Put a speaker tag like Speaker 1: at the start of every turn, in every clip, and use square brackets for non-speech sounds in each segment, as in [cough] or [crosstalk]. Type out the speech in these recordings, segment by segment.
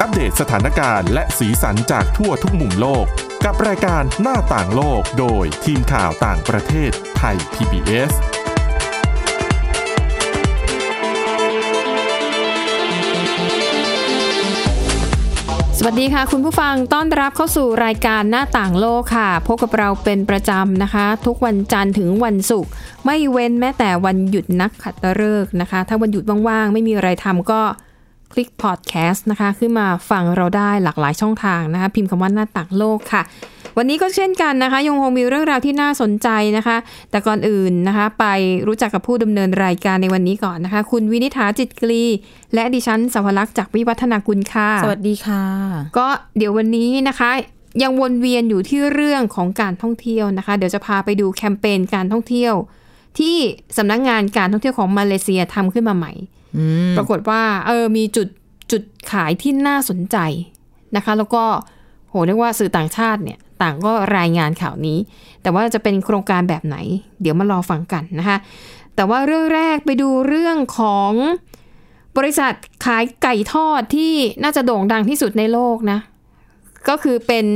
Speaker 1: อัปเดตสถานการณ์และสีสันจากทั่วทุกมุมโลก กับรายการหน้าต่างโลกโดยทีมข่าวต่างประเทศไทย PBS
Speaker 2: สวัสดีค่ะ คุณผู้ฟังต้อนรับเข้าสู่รายการหน้าต่างโลกค่ะ พบกับเราเป็นประจำนะคะ ทุกวันจันทร์ถึงวันศุกร์ไม่เว้นแม้แต่วันหยุดนักขัตฤกษ์นะคะ ถ้าวันหยุดว่างๆ ไม่มีอะไรทำก็คลิกพอดแคสต์นะคะ ขึ้นมาฟังเราได้หลากหลายช่องทางนะคะ พิมพ์คำว่าหน้าต่างโลกค่ะ วันนี้ก็เช่นกันนะคะ ยังคงมีเรื่องราวที่น่าสนใจนะคะ แต่ก่อนอื่นนะคะ ไปรู้จักกับผู้ดำเนินรายการในวันนี้ก่อนนะคะ คุณวินิษฐาจิตกรีและดิฉันสวรักษ์จากวิวัฒนากุลค่ะ
Speaker 3: สวัสดีค่ะ
Speaker 2: ก็เดี๋ยววันนี้นะคะ ยังวนเวียนอยู่ที่เรื่องของการท่องเที่ยวนะคะ เดี๋ยวจะพาไปดูแคมเปญการท่องเที่ยว ที่สำนักงงานการท่องเที่ยวของมาเลเซียทำขึ้นมาใหม่
Speaker 3: อืม
Speaker 2: ปรากฏว่าเออมีจุดจุดขายที่น่าสนใจนะคะ แล้วก็โหเรียกว่าสื่อต่างชาติเนี่ยต่างก็รายงานข่าวนี้ แต่ว่าจะเป็นโครงการแบบไหน เดี๋ยวมารอฟังกันนะคะ แต่ว่าเรื่องแรกไปดูเรื่องของบริษัทขายไก่ทอดที่น่าจะโด่งดังที่สุดในโลกนะ ก็คือเป็น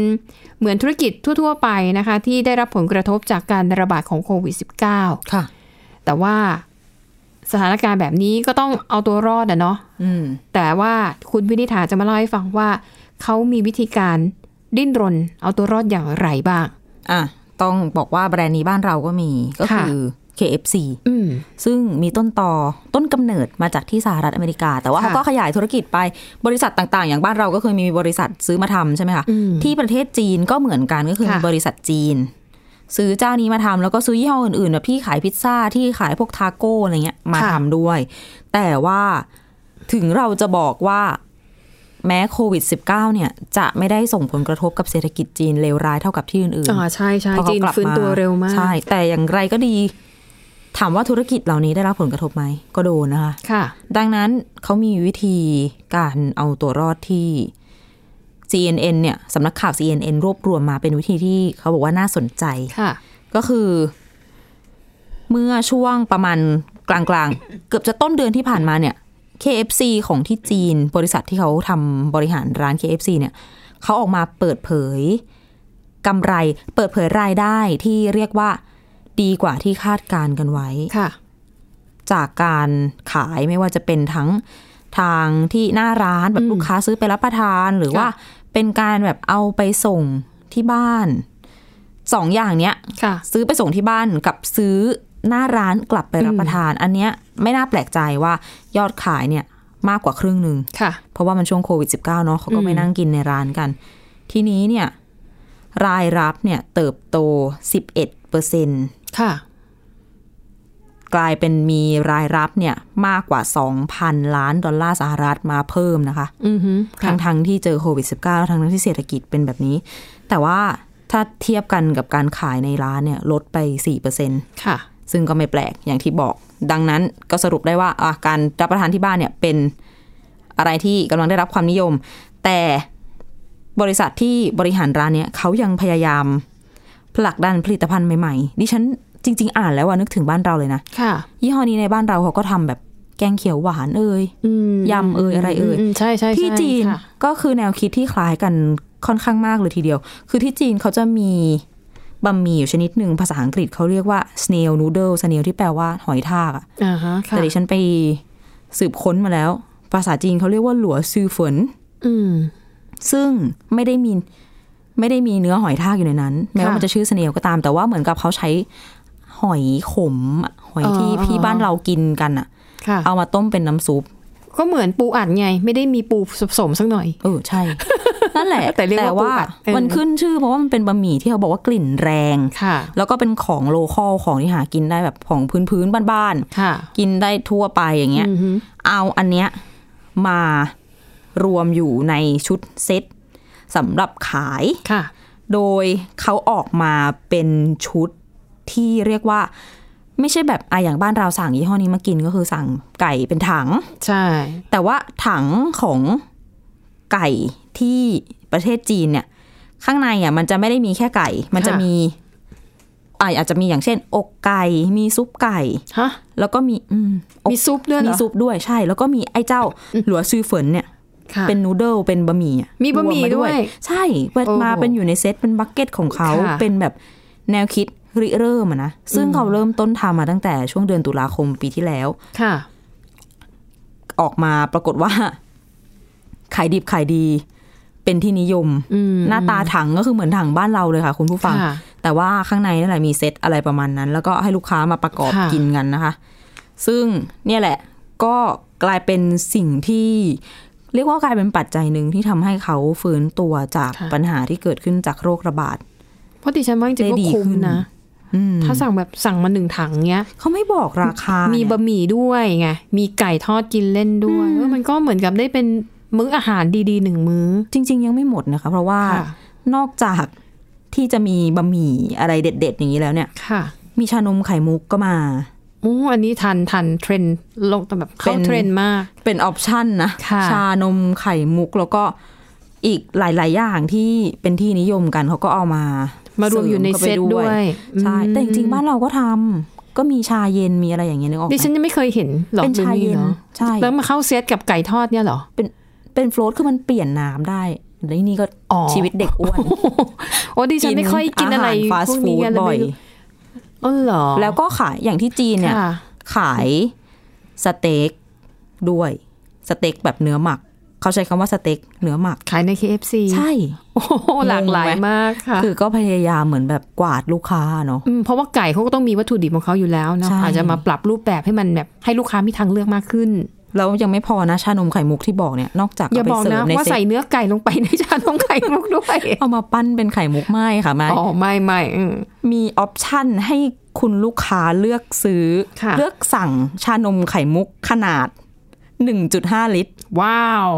Speaker 2: เหมือนธุรกิจทั่ว ๆ ไปนะคะ ที่ได้รับผลกระทบจากการระบาดของโควิด -19
Speaker 3: ค่ะ
Speaker 2: แต่ว่าสถานการณ์แบบนี้ก็ต้องเอาตัวรอดอะเนาะ
Speaker 3: อืม
Speaker 2: แต่ว่าคุณวินิษฐาจะมาเล่าให้ฟังว่า เขามีวิธีการดิ้นรน เอาตัวรอดอย่างไรบ้าง
Speaker 3: อ่ะ ต้องบอกว่าแบรนด์นี้บ้านเราก็มี ก็
Speaker 2: ค่ะ
Speaker 3: คือ KFC
Speaker 2: อืม
Speaker 3: ซึ่งมีต้นต่อต้นกำเนิดมาจากที่สหรัฐอเมริกา แต่ว่า
Speaker 2: ค่ะ
Speaker 3: เขาก็ขยายธุรกิจไปบริษัทต่างๆ อย่างบ้านเราก็เคยมีบริษัทซื้อมาทำใช่ไหมคะ
Speaker 2: อืม
Speaker 3: ที่ประเทศจีนก็เหมือนกันก็คือ
Speaker 2: ค่ะ
Speaker 3: มีบริษัทจีน ซื้อเจ้านี้มาทำแล้วก็ซื้อยี่ห้ออื่นๆแบบที่ขายพิซซ่าที่ขายพวกทาโก้อะไรเงี้ยมาทำด้วย แต่ว่าถึงเราจะบอกว่าแม้โควิด -19 เนี่ย จะไม่ได้ส่งผลกระทบกับเศรษฐกิจจีนเลวร้ายเท่ากับที่อื่นๆ
Speaker 2: อ่าใช่ใช่
Speaker 3: พอเขา
Speaker 2: จีน
Speaker 3: กลับ
Speaker 2: ฟื้นตัวเร็วมาก
Speaker 3: ใช่ แต่อย่างไรก็ดี ถามว่าธุรกิจเหล่านี้ได้รับผลกระทบไหม ก็โดนนะคะ
Speaker 2: ค่ะ
Speaker 3: ดังนั้นเขามีวิธีการเอาตัวรอดที่ CNN เนี่ยสำนักข่าว CNN รวบรวมมาเป็นวิธีที่เขาบอกว่าน่าสนใจ
Speaker 2: ค่ะ
Speaker 3: ก็คือ เมื่อช่วงประมาณกลางๆ เกือบจะต้นเดือนที่ผ่านมาเนี่ย KFC ของที่จีน บริษัทที่เขาทำบริหารร้าน KFC เนี่ยเขาออกมาเปิดเผยกำไร เปิดเผยรายได้ที่เรียกว่าดีกว่าที่คาดการณ์กันไว้
Speaker 2: ค่ะ
Speaker 3: จากการขายไม่ว่าจะเป็นทั้งทางที่หน้าร้านแบบลูกค้าซื้อไปรับประทานหรือ
Speaker 2: ค่ะ
Speaker 3: ว่าเป็นการแบบเอาไปส่งที่บ้านสองอย่างเนี้ย
Speaker 2: ค่ะ
Speaker 3: ซื้อไปส่งที่บ้านกับซื้อหน้าร้านกลับไปรับ
Speaker 2: อืม
Speaker 3: ประทาน อันเนี้ยไม่น่าแปลกใจว่ายอดขายเนี่ยมากกว่าครึ่งหนึ่ง
Speaker 2: ค่ะ
Speaker 3: เพราะว่ามันช่วงโควิด -19 เนาะเขาก็ไม่
Speaker 2: อืม
Speaker 3: นั่งกินในร้านกัน ทีนี้เนี่ยรายรับเนี่ยเติบโต 11เปอร์เซ็น
Speaker 2: ค่ะ
Speaker 3: กลายเป็นมีรายรับเนี่ยมากกว่า 2,000 ล้านดอลลาร์สหรัฐมาเพิ่มนะคะ
Speaker 2: อือฮึค่ะ
Speaker 3: ทั้งทั้งๆที่เจอโควิด -19 แล้วทั้งทั้งๆที่เศรษฐกิจเป็นแบบนี้ แต่ว่าถ้าเทียบกันกับการขายในร้านเนี่ยลดไป4%เปอร์เซ็นต
Speaker 2: ค่ะ
Speaker 3: ซึ่งก็ไม่แปลกอย่างที่บอก ดังนั้นก็สรุปได้ว่าอ่ะการรับประทานที่บ้านเนี่ยเป็นอะไรที่กำลังได้รับความนิยม แต่บริษัทที่บริหารร้านเนี่ยเขายังพยายามผลักดันผลิตภัณฑ์ใหม่ๆดิฉันจริง ๆ อ่านแล้วว่านึกถึงบ้านเราเลยนะ
Speaker 2: ค่ะ
Speaker 3: ยี่ห้อนี้ในบ้านเราเขาก็ทำแบบแกงเขียวหวานเอ่ย
Speaker 2: อืม
Speaker 3: ยำเอ่ยอะไรเอ่ย
Speaker 2: มใช่ใช่ใช่
Speaker 3: ที่จีน
Speaker 2: ค่ะ
Speaker 3: ก็คือแนวคิดที่คล้ายกันค่อนข้างมากเลยทีเดียว คือที่จีนเขาจะมีบะหมี่อยู่ชนิดหนึ่งภาษาอังกฤษเขาเรียกว่า snail noodle snail ที่แปลว่าหอยทากอะ
Speaker 2: อ่าฮะ ค่ะ
Speaker 3: แต่ดิฉันไปสืบค้นมาแล้ว ภาษาจีนเขาเรียกว่าหลัวซือเฝน
Speaker 2: อืม
Speaker 3: ซึ่งไม่ได้มีไม่ได้มีเนื้อหอยทากอยู่ในนั้น แม้ว่ามันจะชื่อ snail ก็ตาม แต่ว่าเหมือนกับเขาใช้หอยขมอะหอยที่
Speaker 2: อ๋อ
Speaker 3: พี่บ้านเรากินกันอะ
Speaker 2: ค่ะ
Speaker 3: เอามาต้มเป็นน้ำซุป
Speaker 2: ก็เหมือนปูอัดไง ไม่ได้มีปูผสมสักหน่อย
Speaker 3: เออใช่ [laughs] นั่นแหละ
Speaker 2: แต่เรียกว่าปูอัดเออ
Speaker 3: มันขึ้นชื่อเพราะว่ามันเป็นบะหมี่ที่เขาบอกว่ากลิ่นแรง
Speaker 2: ค่ะ
Speaker 3: แล้วก็เป็นของโลคอลของที่หากินได้แบบของพื้นพื้นๆบ้าน
Speaker 2: ค่ะ
Speaker 3: ๆ กินได้ทั่วไปอย่างเงี้ย
Speaker 2: อือฮึ
Speaker 3: เอาอันเนี้ยมารวมอยู่ในชุดเซ็ตสำหรับขาย
Speaker 2: ค่ะ
Speaker 3: โดยเขาออกมาเป็นชุดที่เรียกว่า ไม่ใช่แบบอะอย่างบ้านเราสั่งยี่ห้อนี้มากินก็คือสั่งไก่เป็นถัง
Speaker 2: ใช่
Speaker 3: แต่ว่าถังของไก่ที่ประเทศจีนเนี่ย ข้างในอ่ะมันจะไม่ได้มีแค่ไก่ มันจะ
Speaker 2: ค่ะ
Speaker 3: มีอ่ะอาจจะมีอย่างเช่น อกไก่มีซุปไก่
Speaker 2: ฮะ
Speaker 3: แล้วก็มีอืมอก
Speaker 2: มีซุปด้วยเหรอ
Speaker 3: มีซุปด้วยใช่ แล้วก็มีไอ้เจ้าหลัวซือเฝนเนี่ย
Speaker 2: ค่ะ
Speaker 3: เป็นนูเดิลเป็นบะหมี่อะ
Speaker 2: มีบะหมี่
Speaker 3: รวา
Speaker 2: ด้วย
Speaker 3: ใช่เปิด
Speaker 2: โอ้โห
Speaker 3: มาเป็นอยู่ในเซตเป็นบักเก็ตของเขา
Speaker 2: ค่ะ
Speaker 3: เป็นแบบแนวคิดริเริ่มอะนะซึ่งเขาเริ่มต้นทำมาตั้งแต่ช่วงเดือนตุลาคมปีที่แล้ว
Speaker 2: ค่ะ
Speaker 3: ออกมาปรากฏว่า [laughs] ขายดิบขายดี เป็นที่นิยม
Speaker 2: อืม
Speaker 3: หน้าตาถังก็คือเหมือนถังบ้านเราเลยค่ะ คุณผู้ฟัง
Speaker 2: ค่ะ
Speaker 3: แต่ว่าข้างในนั่นแหละมีเซตอะไรประมาณนั้น แล้วก็ให้ลูกค้ามาประกอบ
Speaker 2: ค่ะ
Speaker 3: กินกันนะคะ ซึ่งเนี่ยแหละก็กลายเป็นสิ่งที่ เรียกว่ากลายเป็นปัจจัยหนึ่งที่ทำให้เขาฟื้นตัวจากปัญหาที่เกิดขึ้นจากโรคระบาด
Speaker 2: เพราะดิฉันว่าจริงๆ
Speaker 3: ได้
Speaker 2: ก็
Speaker 3: ดี
Speaker 2: คุ้ม
Speaker 3: ขึ้น
Speaker 2: นะ
Speaker 3: อืม
Speaker 2: ถ้าสั่งแบบสั่งมาหนึ่งถังเนี้ย
Speaker 3: เขาไม่บอกราคาม
Speaker 2: มีบะหมี่ด้วยไง มีไก่ทอดกินเล่นด้วยเออมันก็เหมือนกับได้เป็นมื้ออาหารดีๆหนึ่งมื้อ
Speaker 3: จริง ๆ ยังไม่หมดนะคะ เพราะว่า
Speaker 2: ค่ะ
Speaker 3: นอกจากที่จะมีบะหมี่อะไรเด็ด ๆ อย่างนี้แล้วเนี่ย
Speaker 2: ค่ะ
Speaker 3: มีชานมไข่มุกก็มา
Speaker 2: โอ้อันนี้ทันทันเทรนด์โลกแบบเข้า
Speaker 3: เป็น
Speaker 2: เทรนด์มาก
Speaker 3: เป็นออปชันนะ
Speaker 2: ค่ะ
Speaker 3: ชานมไข่มุกแล้วก็อีกหลาย ๆ อย่างที่เป็นที่นิยมกันเขาก็เอามา
Speaker 2: าม
Speaker 3: มาร
Speaker 2: วมอยู่ในเซตด้วย
Speaker 3: ใช่
Speaker 2: อืม
Speaker 3: แต่จริง ๆ บ้านเราก็ทำก็มีชาเย็นมีอะไรอย่างเงี้ยนึกออกไหม
Speaker 2: ดิฉันยังไม่เคยเห็นหรอก
Speaker 3: เป็นชาเย็น
Speaker 2: เนาะ
Speaker 3: ใช่
Speaker 2: แล้วมาเข้าเซตกับไก่ทอดเนี่ยเหรอ
Speaker 3: เป็นโฟลตคือมันเปลี่ยนน้ำได้แล้วนี่ก็
Speaker 2: อ๋อ
Speaker 3: [laughs] ชีวิตเด็กอ้วน
Speaker 2: โอ้ดิฉันไม่ค่อยกินอะไร
Speaker 3: าหาฟาส
Speaker 2: พว
Speaker 3: ต์
Speaker 2: ก
Speaker 3: ฟู้
Speaker 2: นี้
Speaker 3: ด
Speaker 2: กันเล
Speaker 3: บ่อย ย
Speaker 2: เออเหรอ
Speaker 3: แล้วก็ขายอย่างที่จีนเนี่ย
Speaker 2: ค่ะ
Speaker 3: ขายสเต็กด้วยสเต็กแบบเนื้อหมัก เขาใช้คำว่าสเต็กเนื้อหมัก
Speaker 2: ขายใน KFC
Speaker 3: ใช่
Speaker 2: โอ้โหหลากหลายมากค่ะ
Speaker 3: คือก็พยายามเหมือนแบบกวาดลูกค้าเนาะ
Speaker 2: อืมเพราะว่าไก่เขาก็ต้องมีวัตถุดิบของเขาอยู่แล้วเนาะ
Speaker 3: ใช่
Speaker 2: อาจจะมาปรับรูปแบบให้มันแบบให้ลูกค้ามีทางเลือกมากขึ้น
Speaker 3: แล้วยังไม่พอนะชานมไข่มุกที่บอกเนี่ยนอกจาก
Speaker 2: อย่า
Speaker 3: เไป
Speaker 2: บอก
Speaker 3: เสริ
Speaker 2: นะ
Speaker 3: มใน
Speaker 2: ว่า
Speaker 3: เซ็
Speaker 2: ใส่
Speaker 3: ต
Speaker 2: เนื้อไก่ลงไปในชานมไข่มุกด้วย
Speaker 3: เอามาปั้นเป็นไข่มุกไหมค่ะไหม
Speaker 2: อ๋อไม่ไม่อืม
Speaker 3: มีออปชั่นให้คุณลูกค้าเลือกซื้อ
Speaker 2: ค่ะ
Speaker 3: เลือกสั่งชานมไข่มุกขนาด 1.5 ลิตร
Speaker 2: ว้าว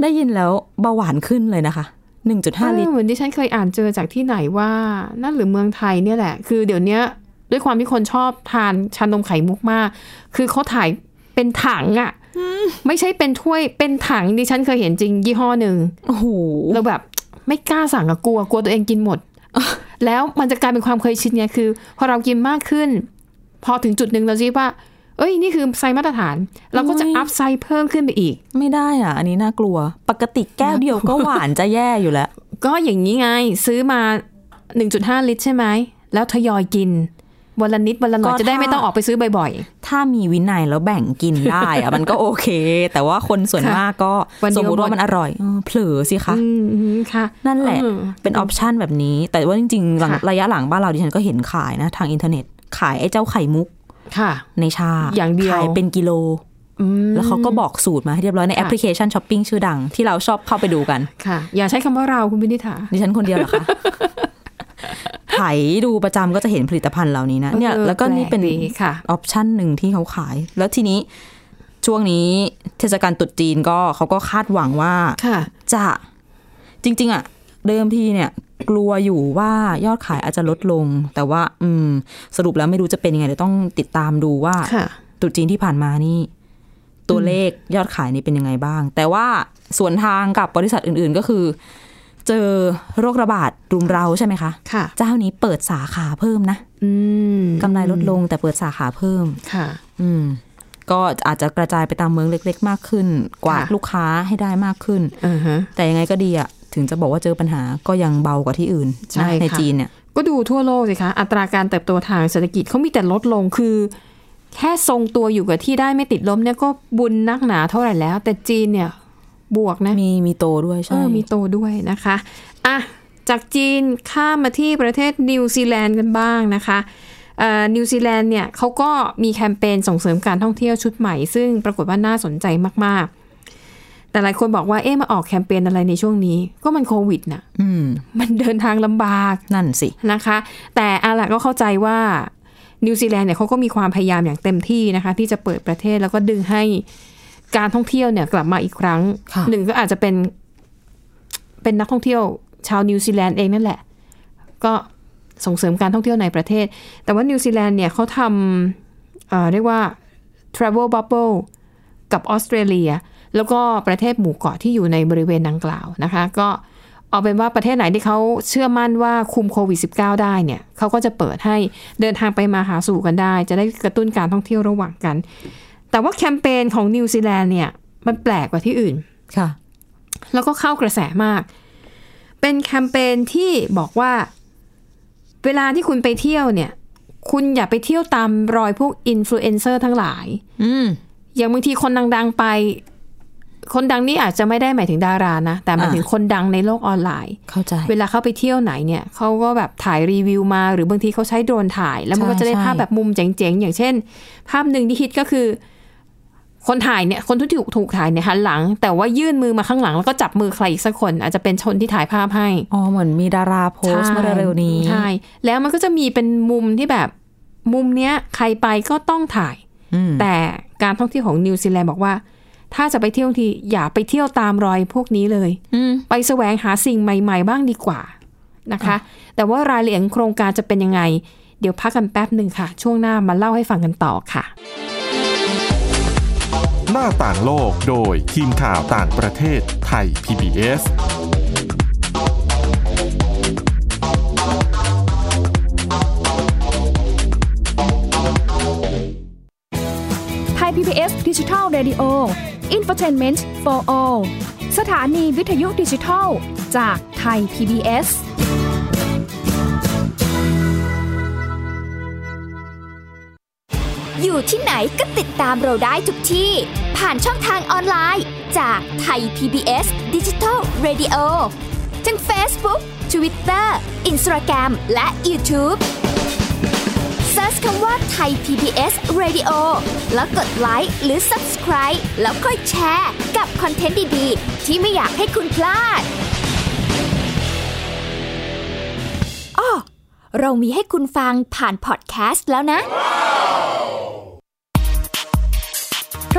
Speaker 3: ได้ยินแล้วเบาหวานขึ้นเลยนะคะ 1.5 ลิต
Speaker 2: เออ
Speaker 3: ร
Speaker 2: เหมือนที่ฉันเคยอ่านเจอจากที่ไหนว่านั่นหรือเมืองไทยเนี่ยแหละ คือเดี๋ยวเนี้ยด้วยความที่คนชอบทานชานมไข่มุกมาก คือเขาถ่ายเป็นถังอะไม่ใช่เป็นถ้วยเป็นถังดิฉันเคยเห็นจริงยี่ห้อหนึ่ง
Speaker 3: โอ้โห
Speaker 2: เราแบบไม่กล้าสั่งอะกลัวกลัวตัวเองกินหมด แล้วมันจะกลายเป็นความเคยชินไงคือ พอเรากินมากขึ้น พอถึงจุดหนึ่งเราจะคิดว่า เอ้ยนี่คือไซส์มาตรฐาน เราก็จะ
Speaker 3: โอ้ย
Speaker 2: อัพไซส์เพิ่มขึ้นไปอีก
Speaker 3: ไม่ได้อ่ะ อันนี้น่ากลัว ปกติแก้วเดียวก็หวานจะแย่อยู่แล้ว
Speaker 2: ก็อย่างนี้ไงซื้อมา 1.5 ลิตรใช่ไหม แล้วทยอยกิน วันละนิดวันละหน่อย
Speaker 3: ก็
Speaker 2: จะได้ไม่
Speaker 3: ถ้า
Speaker 2: ต้องออกไปซื้อบ่อย
Speaker 3: ถ้ามีวินัยแล้วแบ่งกินได้อะ [laughs] มันก็โอเค แต่ว่าคนส่วน
Speaker 2: ค่ะ
Speaker 3: มากก็
Speaker 2: วันเดีย
Speaker 3: ส
Speaker 2: ว
Speaker 3: มมติ
Speaker 2: หม
Speaker 3: ว่า
Speaker 2: ด
Speaker 3: มันอร่อยเออเผลอสิ
Speaker 2: ๆ
Speaker 3: คะ
Speaker 2: อืมอืมค่ะ
Speaker 3: นั่นแหละ
Speaker 2: อืม
Speaker 3: เป็นออปชันแบบนี้ แต่ว่าจริงๆหลัง
Speaker 2: ค่ะ
Speaker 3: ระยะหลังบ้านเราดิฉันก็เห็นขายนะ ทางอินเทอร์เน็ต ขายไอ้เจ้าไข่มุก
Speaker 2: ค่ะ
Speaker 3: ในชา
Speaker 2: อย่างเดียว
Speaker 3: ขายเป็นกิโล
Speaker 2: อืม
Speaker 3: แล้วเขาก็บอกสูตรมาให้เรียบร้อยใน
Speaker 2: ค่ะ
Speaker 3: แอปพลิเคชันช้อปปิ้งชื่อดัง ที่เราชอบเข้าไปดูกัน
Speaker 2: ค่ะ อย่าใช้คำว่าเราคุณพินิษฐา
Speaker 3: ดิฉันคนเดียวเหรอคะ [laughs] ไถดูประจำก็จะเห็นผลิตภัณฑ์เหล่านี้นะเนี่ย
Speaker 2: เออ
Speaker 3: แล้วก็นี่เป็น
Speaker 2: แปลกดีค่ะ
Speaker 3: ออปชันหนึ่งที่เขาขาย แล้วทีนี้ช่วงนี้เทศกาลตรุษจีนก็เขาก็คาดหวังว่า
Speaker 2: ค่ะ
Speaker 3: จะจริง ๆอะเดิมทีเนี่ย กลัวอยู่ว่ายอดขายอาจจะลดลง แต่ว่า อืม สรุปแล้วไม่รู้จะเป็นยังไงเดี๋ยวต้องติดตามดูว่า
Speaker 2: ค่ะ
Speaker 3: ตรุษจีนที่ผ่านมานี่ ตัวเลขยอดขายนี่เป็นยังไงบ้าง แต่ว่าสวนทางกับบริษัทอื่น ๆก็คือ เจอโรคระบาดรุมเราใช่ไหมคะ
Speaker 2: ค่ะ
Speaker 3: เจ้านี้เปิดสาขาเพิ่มนะ
Speaker 2: อืม
Speaker 3: กำไรลดลงแต่เปิดสาขาเพิ่ม
Speaker 2: ค่ะ
Speaker 3: อืม ก็อาจจะกระจายไปตามเมืองเล็ก ๆ มากขึ้น กวาด
Speaker 2: ค่ะ
Speaker 3: ลูกค้าให้ได้มากขึ้น
Speaker 2: อือฮะ
Speaker 3: แต่ยังไงก็ดีอะถึงจะบอกว่าเจอปัญหาก็ยังเบากว่าที่อื่น
Speaker 2: ใช่
Speaker 3: นะใน
Speaker 2: ค่ะ
Speaker 3: จีนเนี่ย
Speaker 2: ก็ดูทั่วโลกสิคะ อัตราการเติบโตทางเศรษฐกิจเขามีแต่ลดลงคือ แค่ทรงตัวอยู่กับที่ได้ไม่ติดลมเนี่ยก็บุญนักหนาเท่าไหร่แล้ว แต่จีนเนี่ยบวกนะ
Speaker 3: มีมีโตด้วย
Speaker 2: เอ
Speaker 3: ใช่
Speaker 2: อมีโตด้วยนะคะอ่ะจากจีนข้ามมาที่ประเทศนิวซีแลนด์กันบ้างนะคะเอ่อนิวซีแลนด์เนี่ยเขาก็มีแคมเปญส่งเสริมการท่องเที่ยวชุดใหม่ ซึ่งปรากฏว่าน่าสนใจมากๆ แต่หลายคนบอกว่าเอ๊ะมาออกแคมเปญอะไรในช่วงนี้ ก็มันโควิดน่ะ
Speaker 3: อืม
Speaker 2: มันเดินทางลำบาก
Speaker 3: นั่นสิ
Speaker 2: นะคะแต่อาละก็เข้าใจว่านิวซีแลนด์เนี่ยเขาก็มีความพยายามอย่างเต็มที่นะคะ ที่จะเปิดประเทศแล้วก็ดึงให้การท่องเที่ยวเนี่ยกลับมาอีกครั้ง
Speaker 3: ค่ะ
Speaker 2: หนึ่งก็อาจจะเป็นเป็นนักท่องเที่ยวชาวนิวซีแลนด์เองนั่นแหละ ก็ส่งเสริมการท่องเที่ยวในประเทศ แต่ว่านิวซีแลนด์เนี่ยเขาทำเอ่อเรียกว่า travel bubble กับออสเตรเลีย แล้วก็ประเทศหมู่เกาะที่อยู่ในบริเวณดังกล่าวนะคะ ก็เอาเป็นว่าประเทศไหนที่เขาเชื่อมั่นว่าคุมโควิด -19 ได้เนี่ยเขาก็จะเปิดให้เดินทางไปมาหาสู่กันได้ จะได้กระตุ้นการท่องเที่ยวระหว่างกัน แต่ว่าแคมเปญของนิวซีแลนด์เนี่ย มันแปลกกว่าที่อื่น
Speaker 3: ค่ะ
Speaker 2: แล้วก็เข้ากระแสมาก เป็นแคมเปญที่บอกว่า เวลาที่คุณไปเที่ยวเนี่ย คุณอย่าไปเที่ยวตามรอยพวกอินฟลูเอนเซอร์ทั้งหลาย
Speaker 3: อืม
Speaker 2: อย่างบางทีคนดังๆไป คนดังนี่อาจจะไม่ได้หมายถึงดารานะ แต่หมาย
Speaker 3: อ่า
Speaker 2: ถึงคนดังในโลกออนไลน์
Speaker 3: เข้าใจ
Speaker 2: เวลาเขาไปเที่ยวไหนเนี่ย เขาก็แบบถ่ายรีวิวมา หรือบางทีเขาใช้โดรนถ่าย แล้วมัน
Speaker 3: ใช่
Speaker 2: ก็จะได้ภาพ
Speaker 3: ใช่
Speaker 2: แบบมุมเจ๋งๆ อย่างเช่น ภาพหนึ่งที่ฮิตก็คือ คนถ่ายเนี่ย คนที่ถูกถูกถ่ายเนี่ยหันหลัง แต่ว่ายื่นมือมาข้างหลัง แล้วก็จับมือใครอีกสักคน อาจจะเป็นชนที่ถ่ายภาพให้
Speaker 3: อ๋อเหมือนมีดาราโพสต์
Speaker 2: ใช่
Speaker 3: เมื่อเร็วๆนี้
Speaker 2: ใช่ แล้วมันก็จะมีเป็นมุมที่แบบมุมเนี้ย ใครไปก็ต้องถ่าย
Speaker 3: อืม
Speaker 2: แต่การท่องเที่ยวของนิวซีแลนด์บอกว่า ถ้าจะไปเที่ยวทีอย่าไปเที่ยวตามรอยพวกนี้เลย
Speaker 3: อืม
Speaker 2: ไปแสวงหาสิ่งใหม่ ๆ บ้างดีกว่านะคะ แต่ว่ารายละเอียดของโครงการจะเป็นยังไง เดี๋ยวพักกันแป๊บหนึ่งค่ะ ช่วงหน้ามาเล่าให้ฟังกันต่อค่ะ
Speaker 1: หน้าต่างโลกโดยทีมข่าวต่างประเทศไทย PBS
Speaker 4: ไทย PBS Digital Radio Infotainment for All สถานีวิทยุดิจิทัล จากไทย PBS
Speaker 5: อยู่ที่ไหนก็ติดตามเราได้ทุกที่ ผ่านช่องทางออนไลน์ จากไทย PBS Digital Radio ทั้ง Facebook Twitter Instagram และ YouTube Search คำว่าไทย PBS Radio แล้วกดไลค์หรือ Subscribe แล้วค่อยแชร์ กับคอนเทนต์ดี ๆ ที่ไม่อยากให้คุณพลาดอ้อเรามีให้คุณฟังผ่านพอดแคสต์แล้วนะ
Speaker 4: เพร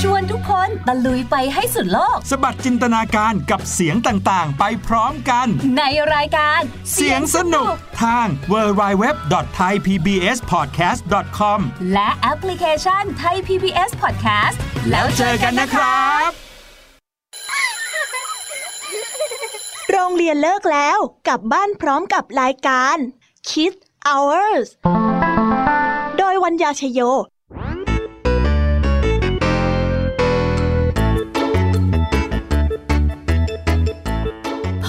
Speaker 6: ชวนทุกคนตะลุยไปให้สุดโลก
Speaker 7: สะบัดจินตนาการกับเสียงต่างๆ ไปพร้อมกัน
Speaker 6: ในรายการ
Speaker 7: เสียงสนุกทาง w w w t h a i p b s p o d c a s t c o m
Speaker 6: และแอปพลิเคชันไทย PBS Podcast แล้วเจ
Speaker 7: เจ
Speaker 6: อ
Speaker 7: อ
Speaker 6: กั
Speaker 7: กัน น
Speaker 6: นะ
Speaker 7: นะ
Speaker 6: ค
Speaker 7: ค
Speaker 6: รั
Speaker 7: รับ บ
Speaker 8: โรงเรียนเลิกแล้วกลับบ้านพร้อมกับรายการ Kids Hours โดยวัญญาชยโย
Speaker 9: พ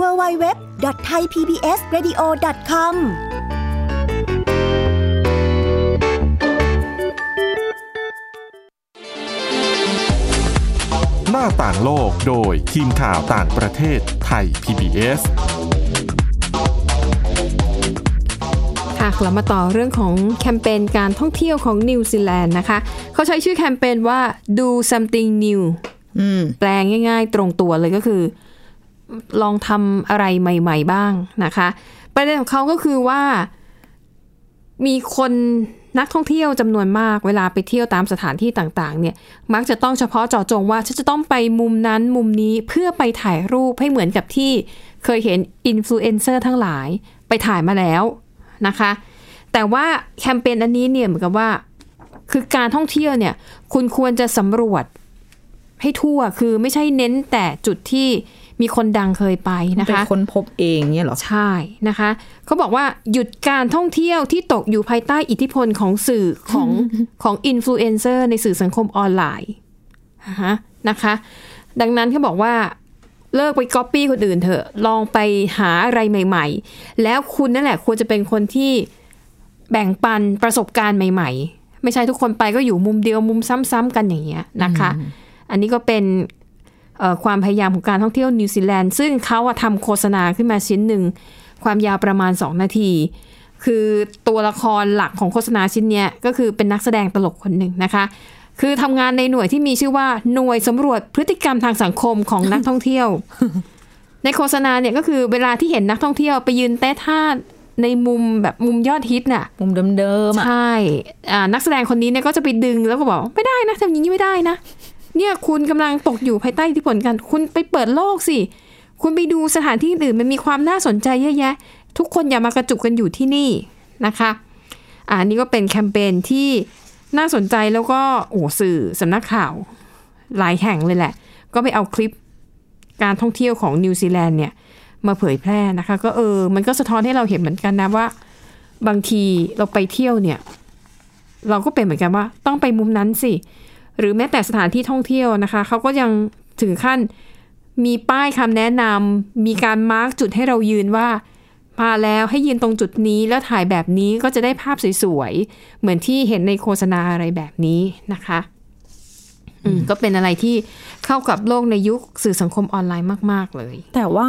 Speaker 9: www.thaipbsradio.com
Speaker 1: หน้าต่างโลกโดยทีมข่าวต่างประเทศไทย PBS
Speaker 2: ค่ะกลับมาต่อเรื่องของแคมเปญการท่องเที่ยวของนิวซีแลนด์นะคะ เขาใช้ชื่อแคมเปญว่า do something new
Speaker 3: อืม
Speaker 2: แปลงง่ายๆ ตรงตัวเลยก็คือ ลองทำอะไรใหม่ๆบ้างนะคะประเด็นของเขาก็คือว่า มีคนนักท่องเที่ยวจำนวนมาก เวลาไปเที่ยวตามสถานที่ต่างๆ เนี่ย มักจะต้องเฉพาะเจาะจงว่าฉันจะต้องไปมุมนั้นมุมนี้เพื่อไปถ่ายรูปให้เหมือนกับที่เคยเห็นอินฟลูเอนเซอร์ทั้งหลายไปถ่ายมาแล้วนะคะ แต่ว่าแคมเปญอันนี้เนี่ยเหมือนกับว่า คือการท่องเที่ยวเนี่ย คุณควรจะสำรวจ ให้ทั่วคือไม่ใช่เน้นแต่จุดที่มีคนดังเคยไปนะ
Speaker 3: เป็
Speaker 2: คะ
Speaker 3: นคนพบเองเนี่ยเหรอ
Speaker 2: ใช่นะคะ เขาบอกว่าหยุดการท่องเที่ยวที่ตกอยู่ภายใต้อิทธิพลของสื่อของ
Speaker 3: [laughs]
Speaker 2: ของอินฟลูเอนเซอร์ในสื่อสังคมออนไลน์อ่าฮะนะคะ ดังนั้นเขาบอกว่าเลิกไปก๊อปปี้คนอื่นเถอะลองไปหาอะไรใหม่ ๆ แล้วคุณนั่นแหละควรจะเป็นคนที่แบ่งปันประสบการณ์ใหม่ ไม่ใช่ทุกคนไปก็อยู่มุมเดียวมุมซ้ำๆกันอย่างเงี้ยนะคะ อันนี้ก็เป็นเอ่อความพยายามของการท่องเที่ยวนิวซีแลนด์ซึ่งเขาอะทำโฆษณาขึ้นมาชิ้นหนึ่ง ความยาวประมาณ 2 นาที คือตัวละครหลักของโฆษณาชิ้นเนี้ยก็คือเป็นนักแสดงตลกคนหนึ่งนะคะ คือทำงานในหน่วยที่มีชื่อว่าหน่วยสำรวจพฤติกรรมทางสังคมของนักท่องเที่ยว ในโฆษณาเนี่ยก็คือเวลาที่เห็นนักท่องเที่ยวไปยืนเต้นท่าในมุมแบบมุมยอดฮิตน่ะ
Speaker 3: มุมเดิมๆอ่ะ
Speaker 2: ใช่อ่านักแสดงคนนี้เนี่ยก็จะไปดึงแล้วก็บอกว่าไม่ได้นะทำอย่างนี้ไม่ได้นะ เนี่ยคุณกำลังตกอยู่ภายใต้อิที่ผลกัน คุณไปเปิดโลกสิ คุณไปดูสถานที่อื่นมันมีความน่าสนใจเยอะแยะ ทุกคนอย่ามากระจุกกันอยู่ที่นี่นะคะ อ่านี่ก็เป็นแคมเปญที่น่าสนใจแล้วก็โอ้สื่อสำนักข่าวหลายแห่งเลยแหละ ก็ไปเอาคลิปการท่องเที่ยวของนิวซีแลนด์เนี่ยมาเผยแพร่นะคะ ก็เออ มันก็สะท้อนให้เราเห็นเหมือนกันนะว่า บางทีเราไปเที่ยวเนี่ย เราก็เป็นเหมือนกันว่า ต้องไปมุมนั้นสิ หรือแม้แต่สถานที่ท่องเที่ยวนะคะเขาก็ยังถึงขั้นมีป้ายคำแนะนำมีการมาร์กจุดให้เรายืนว่ามาแล้วให้ยืนตรงจุดนี้แล้วถ่ายแบบนี้ก็จะได้ภาพสวยๆ เหมือนที่เห็นในโฆษณาอะไรแบบนี้นะคะอืมก็เป็นอะไรที่เข้ากับโลกในยุคสื่อสังคมออนไลน์มาก ๆ เลย
Speaker 3: แต่ว่า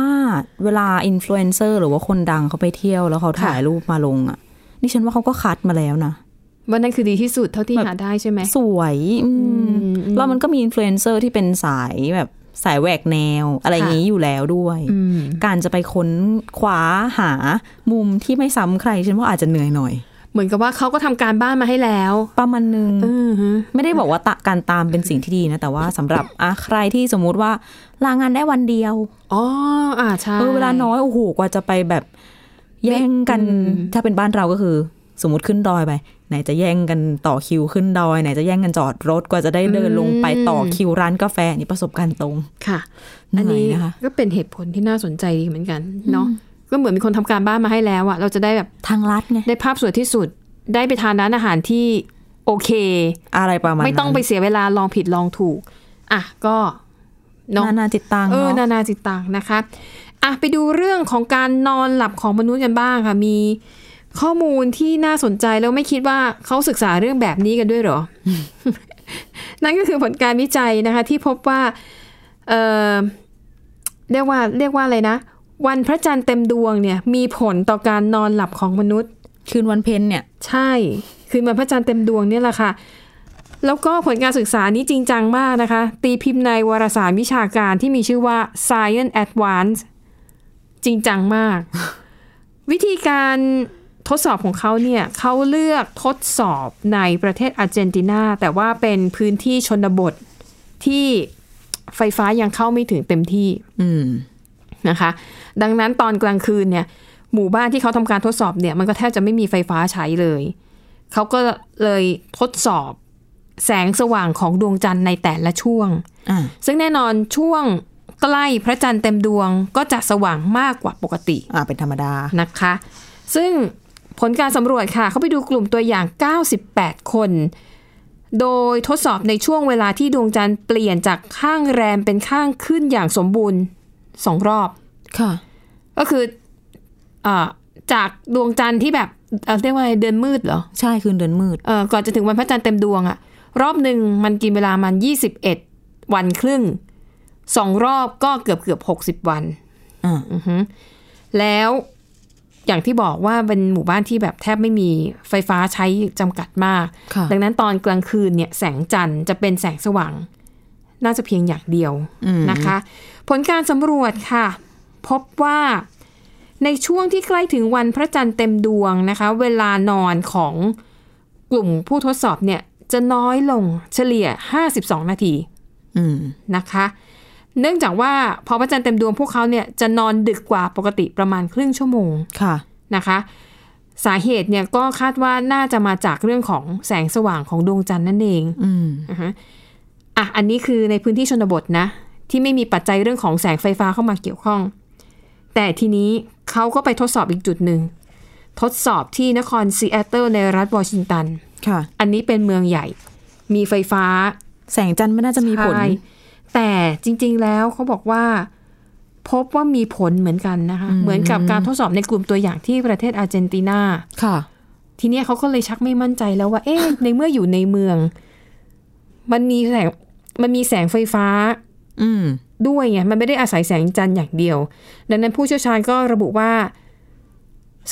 Speaker 3: เวลาอินฟลูเอนเซอร์หรือว่าคนดังเขาไปเที่ยวแล้วเขาถ่ายรูปมาลงอ่ะนี่ฉันว่าเขาก็คัดมาแล้วนะ
Speaker 2: วันนั้นคือดีที่สุดเท่าที่หาได้ใช่ไหม
Speaker 3: สวยอืม
Speaker 2: อืม
Speaker 3: แล้วมันก็มีอินฟลูเอนเซอร์ที่เป็นสายแบบสายแหวกแนว อะไรอย่างนี้อยู่แล้วด้วย
Speaker 2: อืม
Speaker 3: การจะไปค้นคว้าหามุมที่ไม่ซ้ำใคร ฉันว่าอาจจะเหนื่อยหน่อย
Speaker 2: เหมือนกับว่าเขาก็ทำการบ้านมาให้แล้ว
Speaker 3: ประมาณนึง
Speaker 2: อือฮึ
Speaker 3: ไม่ได้บอกว่าตะการตามเป็นสิ่งที่ดีนะ แต่ว่าสำหรับอ่ะใครที่สมมุติว่าลางานได้วันเดียว
Speaker 2: อ๋อ อ่าใช่
Speaker 3: เออเวลาน้อยโอ้โหกว่าจะไปแบบ แย่งกัน
Speaker 2: อืม
Speaker 3: ถ้าเป็นบ้านเราก็คือ สมมติขึ้นดอยไป ไหนจะแย่งกันต่อคิวขึ้นดอย ไหนจะแย่งกันจอดรถกว่าจะได้เดินลงไปต่อคิวร้านกาแฟนี่ประสบการณ์ตรง
Speaker 2: ค่ะ
Speaker 3: เห
Speaker 2: อัน
Speaker 3: นื่อย
Speaker 2: นี้
Speaker 3: นะคะ
Speaker 2: ก็เป็นเหตุผลที่น่าสนใจดีเหมือนกันเนาะ ก็เหมือนมีคนทำการบ้านมาให้แล้วอะเราจะได้แบบ
Speaker 3: ทางลัดไง
Speaker 2: ได้ภาพสวยที่สุด ได้ไปทานร้านอาหารที่โอเค
Speaker 3: อะไรประมาณนั้น
Speaker 2: ไม่ต้องไปเสียเวลาลองผิดลองถูก อ่ะ ก็เนาะ
Speaker 3: นานาจิตตัง
Speaker 2: เออ
Speaker 3: เนาะ
Speaker 2: นานาจิตตังนะคะ อ่ะ ไปดูเรื่องของการนอนหลับของมนุษย์กันบ้างค่ะ มีข้อมูลที่น่าสนใจแล้วไม่คิดว่าเขาศึกษาเรื่องแบบนี้กันด้วยเหรอ [laughs] นั่นก็คือผลการวิจัยนะคะ ที่พบว่า เออเรียกว่าเรียกว่าอะไรนะ วันพระจันทร์เต็มดวงเนี่ย มีผลต่อการนอนหลับของมนุษย์
Speaker 3: คืนวันเพ็ญเนี่ย
Speaker 2: ใช่ คืนวันพระจันทร์เต็มดวงเนี่ยแหละค่ะ แล้วก็ผลการศึกษานี้จริงจังมากนะคะ ตีพิมพ์ในวารสารวิชาการที่มีชื่อว่า Science Advance จริงจังมาก วิธีการทดสอบของเขาเนี่ยเขาเลือกทดสอบในประเทศอาร์เจนตินา แต่ว่าเป็นพื้นที่ชนบทที่ไฟฟ้ายังเข้าไม่ถึงเต็มที่
Speaker 3: อืม
Speaker 2: นะคะดังนั้นตอนกลางคืนเนี่ยหมู่บ้านที่เขาทำการทดสอบเนี่ยมันก็แทบจะไม่มีไฟฟ้าใช้เลย เขาก็เลยทดสอบแสงสว่างของดวงจันทร์ในแต่ละช่วง
Speaker 3: อ่ะ
Speaker 2: ซึ่งแน่นอนช่วงใกล้พระจันทร์เต็มดวงก็จะสว่างมากกว่าปกติ
Speaker 3: อ่ะเป็นธรรมดา
Speaker 2: นะคะ ซึ่งผลการสำรวจค่ะ เขาไปดูกลุ่มตัวอย่าง 98 คน โดยทดสอบในช่วงเวลาที่ดวงจันทร์เปลี่ยนจากข้างแรมเป็นข้างขึ้นอย่างสมบูรณ์สองรอบ
Speaker 3: ค่ะ
Speaker 2: ก็คือเอ่อจากดวงจันทร์ที่แบบเอ่อเรียกว่าอะไรเดือนมืดเหรอ
Speaker 3: ใช่คืนเดือนมืด
Speaker 2: เอ่อก่อนจะถึงวันพระจันทร์เต็มดวงอะรอบหนึ่งมันกินเวลามัน 21 วันครึ่งสองรอบก็เกือบเกือบหกสิบ60 วัน
Speaker 3: อ่ะ
Speaker 2: แล้วอย่างที่บอกว่าเป็นหมู่บ้านที่แบบแทบไม่มีไฟฟ้าใช้จำกัดมาก
Speaker 3: ค่ะ
Speaker 2: ดังนั้นตอนกลางคืนเนี่ยแสงจันทร์จะเป็นแสงสว่าง น่าจะเพียงอย่างเดียวนะคะ ผลการสำรวจค่ะ พบว่าในช่วงที่ใกล้ถึงวันพระจันทร์เต็มดวงนะคะ เวลานอนของกลุ่มผู้ทดสอบเนี่ยจะน้อยลงเฉลี่ย 52 นาที
Speaker 3: อืม
Speaker 2: นะคะ เนื่องจากว่าพอพระจันทร์เต็มดวงพวกเขาเนี่ยจะนอนดึกกว่าปกติประมาณครึ่งชั่วโมง
Speaker 3: ค่ะ
Speaker 2: นะคะ สาเหตุเนี่ยก็คาดว่าน่าจะมาจากเรื่องของแสงสว่างของดวงจันทร์นั่นเอง
Speaker 3: อืม
Speaker 2: อ่ะฮะอ่ะอันนี้คือในพื้นที่ชนบทนะ ที่ไม่มีปัจจัยเรื่องของแสงไฟฟ้าเข้ามาเกี่ยวข้อง แต่ทีนี้เขาก็ไปทดสอบอีกจุดหนึ่ง ทดสอบที่นครซีแอตเทิลในรัฐวอชิงตัน
Speaker 3: ค่ะ
Speaker 2: อันนี้เป็นเมืองใหญ่ มีไฟฟ้า
Speaker 3: แสงจันทร์ไม่น่าจะมีผล
Speaker 2: ใช่แต่จริงๆ แล้วเขาบอกว่า พบว่ามีผลเหมือนกันนะคะ เหมือนกับการทดสอบในกลุ่มตัวอย่างที่ประเทศอาร์เจนตินา
Speaker 3: ค่ะ
Speaker 2: ทีเนี้ยเขาก็เลยชักไม่มั่นใจแล้วว่า เอ๊ะ ในเมื่ออยู่ในเมือง มันมีแสงมันมีแสงไฟฟ้า
Speaker 3: อืม
Speaker 2: ด้วยไงมันไม่ได้อาศัยแสงจันทร์อย่างเดียว ดังนั้นผู้เชี่ยวชาญก็ระบุว่า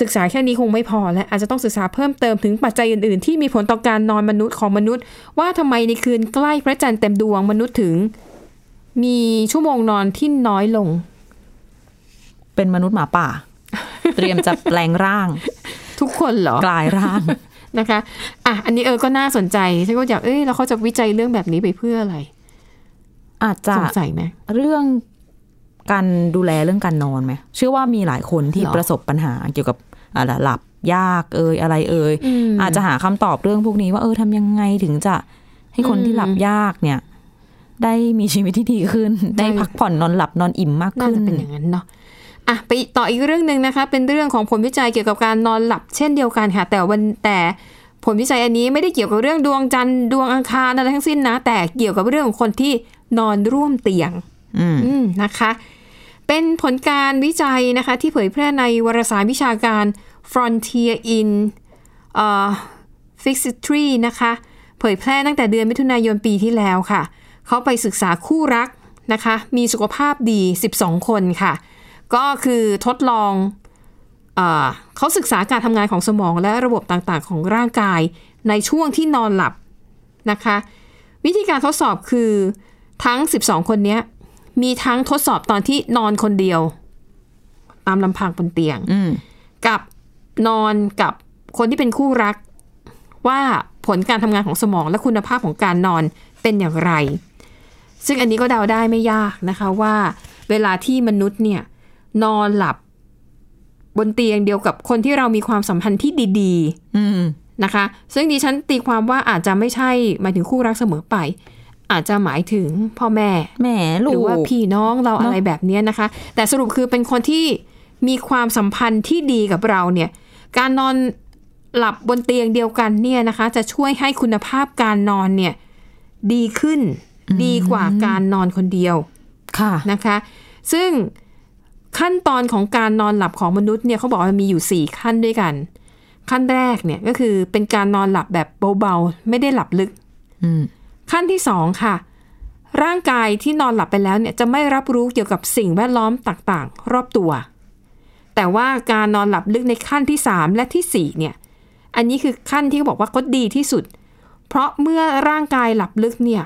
Speaker 2: ศึกษาแค่นี้คงไม่พอและอาจจะต้องศึกษาเพิ่มเติมถึงปัจจัยอื่น ๆ ที่มีผลต่อการนอนมนุษย์ของมนุษย์ ว่าทำไมในคืนใกล้พระจันทร์เต็มดวงมนุษย์ถึง มีชั่วโมงนอนที่น้อยลง
Speaker 3: เป็นมนุษย์หมาป่า เตรียมจะแปลง
Speaker 2: [laughs]
Speaker 3: ร่าง
Speaker 2: ทุกคนเหรอ
Speaker 3: กลายร่าง
Speaker 2: นะคะ อ่ะ อันนี้เออก็น่าสนใจฉันก็อยากเอ้ยแล้วเขาจะวิจัยเรื่องแบบนี้ไปเพื่ออะไร
Speaker 3: อาจจะ
Speaker 2: สงสัยไหม
Speaker 3: เรื่องการดูแลเรื่องการนอนไหมเชื่อว่ามีหลายคนที่
Speaker 2: หรอ
Speaker 3: ประสบปัญหาเกี่ยวกับอ่ะหลับยากเอ่ยอะไรเอ่ย
Speaker 2: ม
Speaker 3: อาจจะหาคำตอบเรื่องพวกนี้ว่าเออทำยังไงถึงจะให้คน
Speaker 2: อืม
Speaker 3: ที่หลับยากเนี่ย ได้มีชีวิตที่ดีขึ้น ได้
Speaker 2: ใช่
Speaker 3: พักผ่อนนอนหลับนอนอิ่มมาก
Speaker 2: น่า
Speaker 3: ขึ้น
Speaker 2: จะเป็นอย่างนั้นเนาะ อ่ะไปต่ออีกเรื่องหนึ่งนะคะ เป็นเรื่องของผลวิจัยเกี่ยวกับการนอนหลับเช่นเดียวกันค่ะ แต่วันแต่ผลวิจัยอันนี้ไม่ได้เกี่ยวกับเรื่องดวงจันทร์ดวงอังคารอะไรทั้งสิ้นนะ แต่เกี่ยวกับเรื่องของคนที่นอนร่วมเตียง
Speaker 3: อืม
Speaker 2: อืมนะคะ เป็นผลการวิจัยนะคะ ที่เผยแพร่ในวารสารวิชาการ Frontier in เอ่อ Fixitry นะคะ เผยแพร่ตั้งแต่เดือนมิถุนายนปีที่แล้วค่ะ เขาไปศึกษาคู่รักนะคะ มีสุขภาพดี 12 คนค่ะ ก็คือทดลองเออเขาศึกษาการทำงานของสมองและระบบต่างๆ ของร่างกายในช่วงที่นอนหลับนะคะ วิธีการทดสอบคือทั้ง 12 คนเนี้ย มีทั้งทดสอบตอนที่นอนคนเดียว ตามลำพังบนเตียง
Speaker 3: อืม
Speaker 2: กับนอนกับคนที่เป็นคู่รัก ว่าผลการทำงานของสมองและคุณภาพของการนอนเป็นอย่างไร ซึ่งอันนี้ก็เดาได้ไม่ยากนะคะว่าเวลาที่มนุษย์เนี่ยนอนหลับบนเตียงเดียวกับคนที่เรามีความสัมพันธ์ที่ดี ๆ
Speaker 3: อืม
Speaker 2: นะคะซึ่งดิฉันตีความว่าอาจจะไม่ใช่หมายถึงคู่รักเสมอไป อาจจะหมายถึงพ่อแม่
Speaker 3: แหมลู
Speaker 2: ห
Speaker 3: ก
Speaker 2: รือว่าพี่น้องเราอะไรแบบเนี้ยนะคะ แต่สรุปคือเป็นคนที่มีความสัมพันธ์ที่ดีกับเราเนี่ยการนอนหลับบนเตียงเดียวกันเนี่ยนะคะ จะช่วยให้คุณภาพการนอนเนี่ยดีขึ้นดีกว่าการนอนคนเดียว
Speaker 3: ค่ะ
Speaker 2: นะคะ ซึ่งขั้นตอนของการนอนหลับของมนุษย์เนี่ยเขาบอกว่ามีอยู่ 4 ขั้นด้วยกัน ขั้นแรกเนี่ยก็คือเป็นการนอนหลับแบบเบาๆ ไม่ได้หลับลึก
Speaker 3: อืม
Speaker 2: ขั้นที่ 2 ค่ะ ร่างกายที่นอนหลับไปแล้วเนี่ยจะไม่รับรู้เกี่ยวกับสิ่งแวดล้อมต่างๆ รอบตัว แต่ว่าการนอนหลับลึกในขั้นที่ 3 และทีสี่4เนี่ย อันนี้คือขั้นที่เขาบอกว่าก็ดีที่สุด เพราะเมื่อร่างกายหลับลึกเนี่ย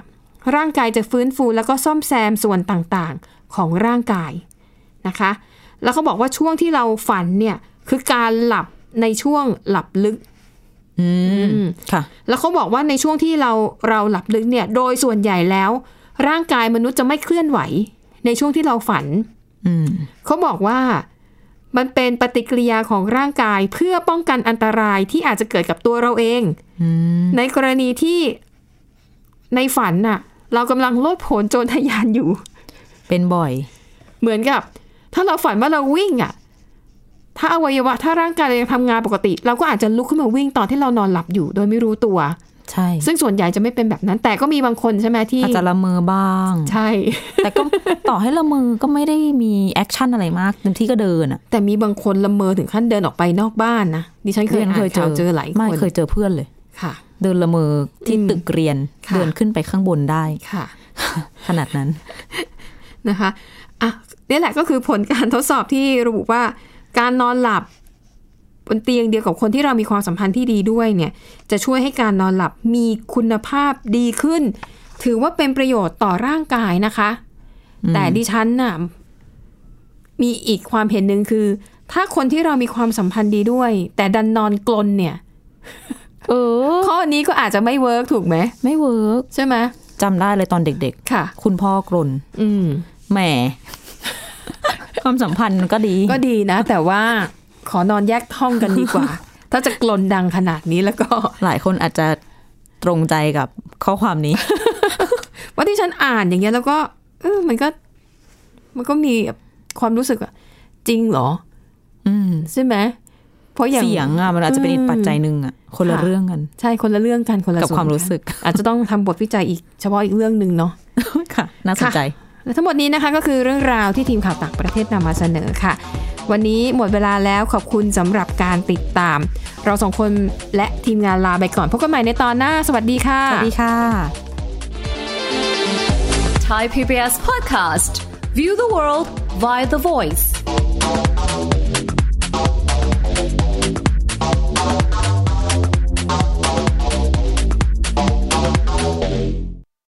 Speaker 2: ร่างกายจะฟื้นฟูแล้วก็ซ่อมแซมส่วนต่างๆของร่างกายนะคะ แล้วเขาบอกว่าช่วงที่เราฝันเนี่ยคือการหลับในช่วงหลับลึก
Speaker 3: อืมค่ะ
Speaker 2: แล้วเขาบอกว่าในช่วงที่เราเราหลับลึกเนี่ยโดยส่วนใหญ่แล้ว ร่างกายมนุษย์จะไม่เคลื่อนไหว ในช่วงที่เราฝัน
Speaker 3: อืม
Speaker 2: เขาบอกว่ามันเป็นปฏิกิริยาของร่างกายเพื่อป้องกันอันตรายที่อาจจะเกิดกับตัวเราเอง
Speaker 3: อืม
Speaker 2: ในกรณีที่ในฝันน่ะ เรากำลังโลดโผนโจรทยานอยู่
Speaker 3: เป็นบ่อย
Speaker 2: เหมือนกับ ถ้าเราฝันว่าเราวิ่งอ่ะ ถ้าอวัยวะถ้าร่างกายเรายังทำงานปกติ เราก็อาจจะลุกขึ้นมาวิ่งตอนที่เรานอนหลับอยู่ โดยไม่รู้ตัว
Speaker 3: ใช่
Speaker 2: ซึ่งส่วนใหญ่จะไม่เป็นแบบนั้น แต่ก็มีบางคนใช่ไหมที่
Speaker 3: อาจจะละเมอบ้าง
Speaker 2: ใช่
Speaker 3: แต่ก็ ต่อให้ละเมอก็ไม่ได้มีแอคชั่นอะไรมากเต็มที่ก็เดินอ่ะ
Speaker 2: [laughs] แต่มีบางคนละเมอถึงขั้นเดินออกไปนอกบ้านนะดิฉันเคยอ่านข่าวเจอหลาย
Speaker 3: ไม่
Speaker 2: คน
Speaker 3: เคยเจอเพื่อนเลย
Speaker 2: ค่ะ
Speaker 3: เดินละเมอที่
Speaker 2: อืม
Speaker 3: ตึกเรียน
Speaker 2: ค่ะ
Speaker 3: เดินขึ้นไปข้างบนได้ [laughs]
Speaker 2: ค่ะ
Speaker 3: ขนาดนั้น
Speaker 2: นะคะอ่ะนี่แหละก็คือผลการทดสอบที่ระบุว่า การนอนหลับบนเตียงเดียวกับคนที่เรามีความสัมพันธ์ที่ดีด้วยเนี่ย จะช่วยให้การนอนหลับมีคุณภาพดีขึ้น ถือว่าเป็นประโยชน์ต่อร่างกายนะคะ แต่ดิฉันน่ะมีอีกความเห็นหนึ่งคือ ถ้าคนที่เรามีความสัมพันธ์ดีด้วย แต่ดันนอนกลนเนี่ย
Speaker 3: เออ
Speaker 2: ข้อนี้ก็อาจจะไม่เวิร์กถูกไหม
Speaker 3: ไม่เวิร์ก
Speaker 2: ใช่ไหม
Speaker 3: จำได้เลยตอนเด็ก
Speaker 2: ค่ะ
Speaker 3: ๆ คุณพ่อกรน
Speaker 2: อืม
Speaker 3: [laughs] แหม ความสัมพันธ์มันก็ดี
Speaker 2: ก็ดีนะ แต่ว่าขอนอนแยกห้องกันดีกว่า [laughs] ถ้าจะกลนดังขนาดนี้แล้วก็
Speaker 3: หลายคนอาจจะตรงใจกับข้อความนี้
Speaker 2: ว่าที่ฉันอ่านอย่างเงี้ยแล้วก็เออมันก็ มันก็มีแบบความรู้สึกอะจริงเหรอ
Speaker 3: [laughs] อืม
Speaker 2: ใช่ไหมเพราะอย่าง
Speaker 3: เสียงอ่ะมันอาจจะเป็นอีกปัจจัยหนึ่งอ่ะ คนละ
Speaker 2: ค่ะ
Speaker 3: เรื่องกัน
Speaker 2: ใช่คนละเรื่องกันคนละ
Speaker 3: กับ
Speaker 2: ส่น
Speaker 3: ความรู้สึก
Speaker 2: อาจจะต้องทำบทวิจัยอีกเฉพาะอีกเรื่องหนึ่งเนาะ
Speaker 3: [laughs] ค่ะ น่าสนใจ
Speaker 2: และทั้งหมดนี้นะคะก็คือเรื่องราวที่ทีมข่าวต่างประเทศนำมาเสนอค่ะ วันนี้หมดเวลาแล้วขอบคุณสำหรับการติดตาม เราสองคนและทีมงานลาไปก่อนพบกันใหม่ในตอนหน้า สวัสดีค่ะ
Speaker 3: สวัสดีค่ะ
Speaker 4: Thai PBS podcast. View the world via the voice.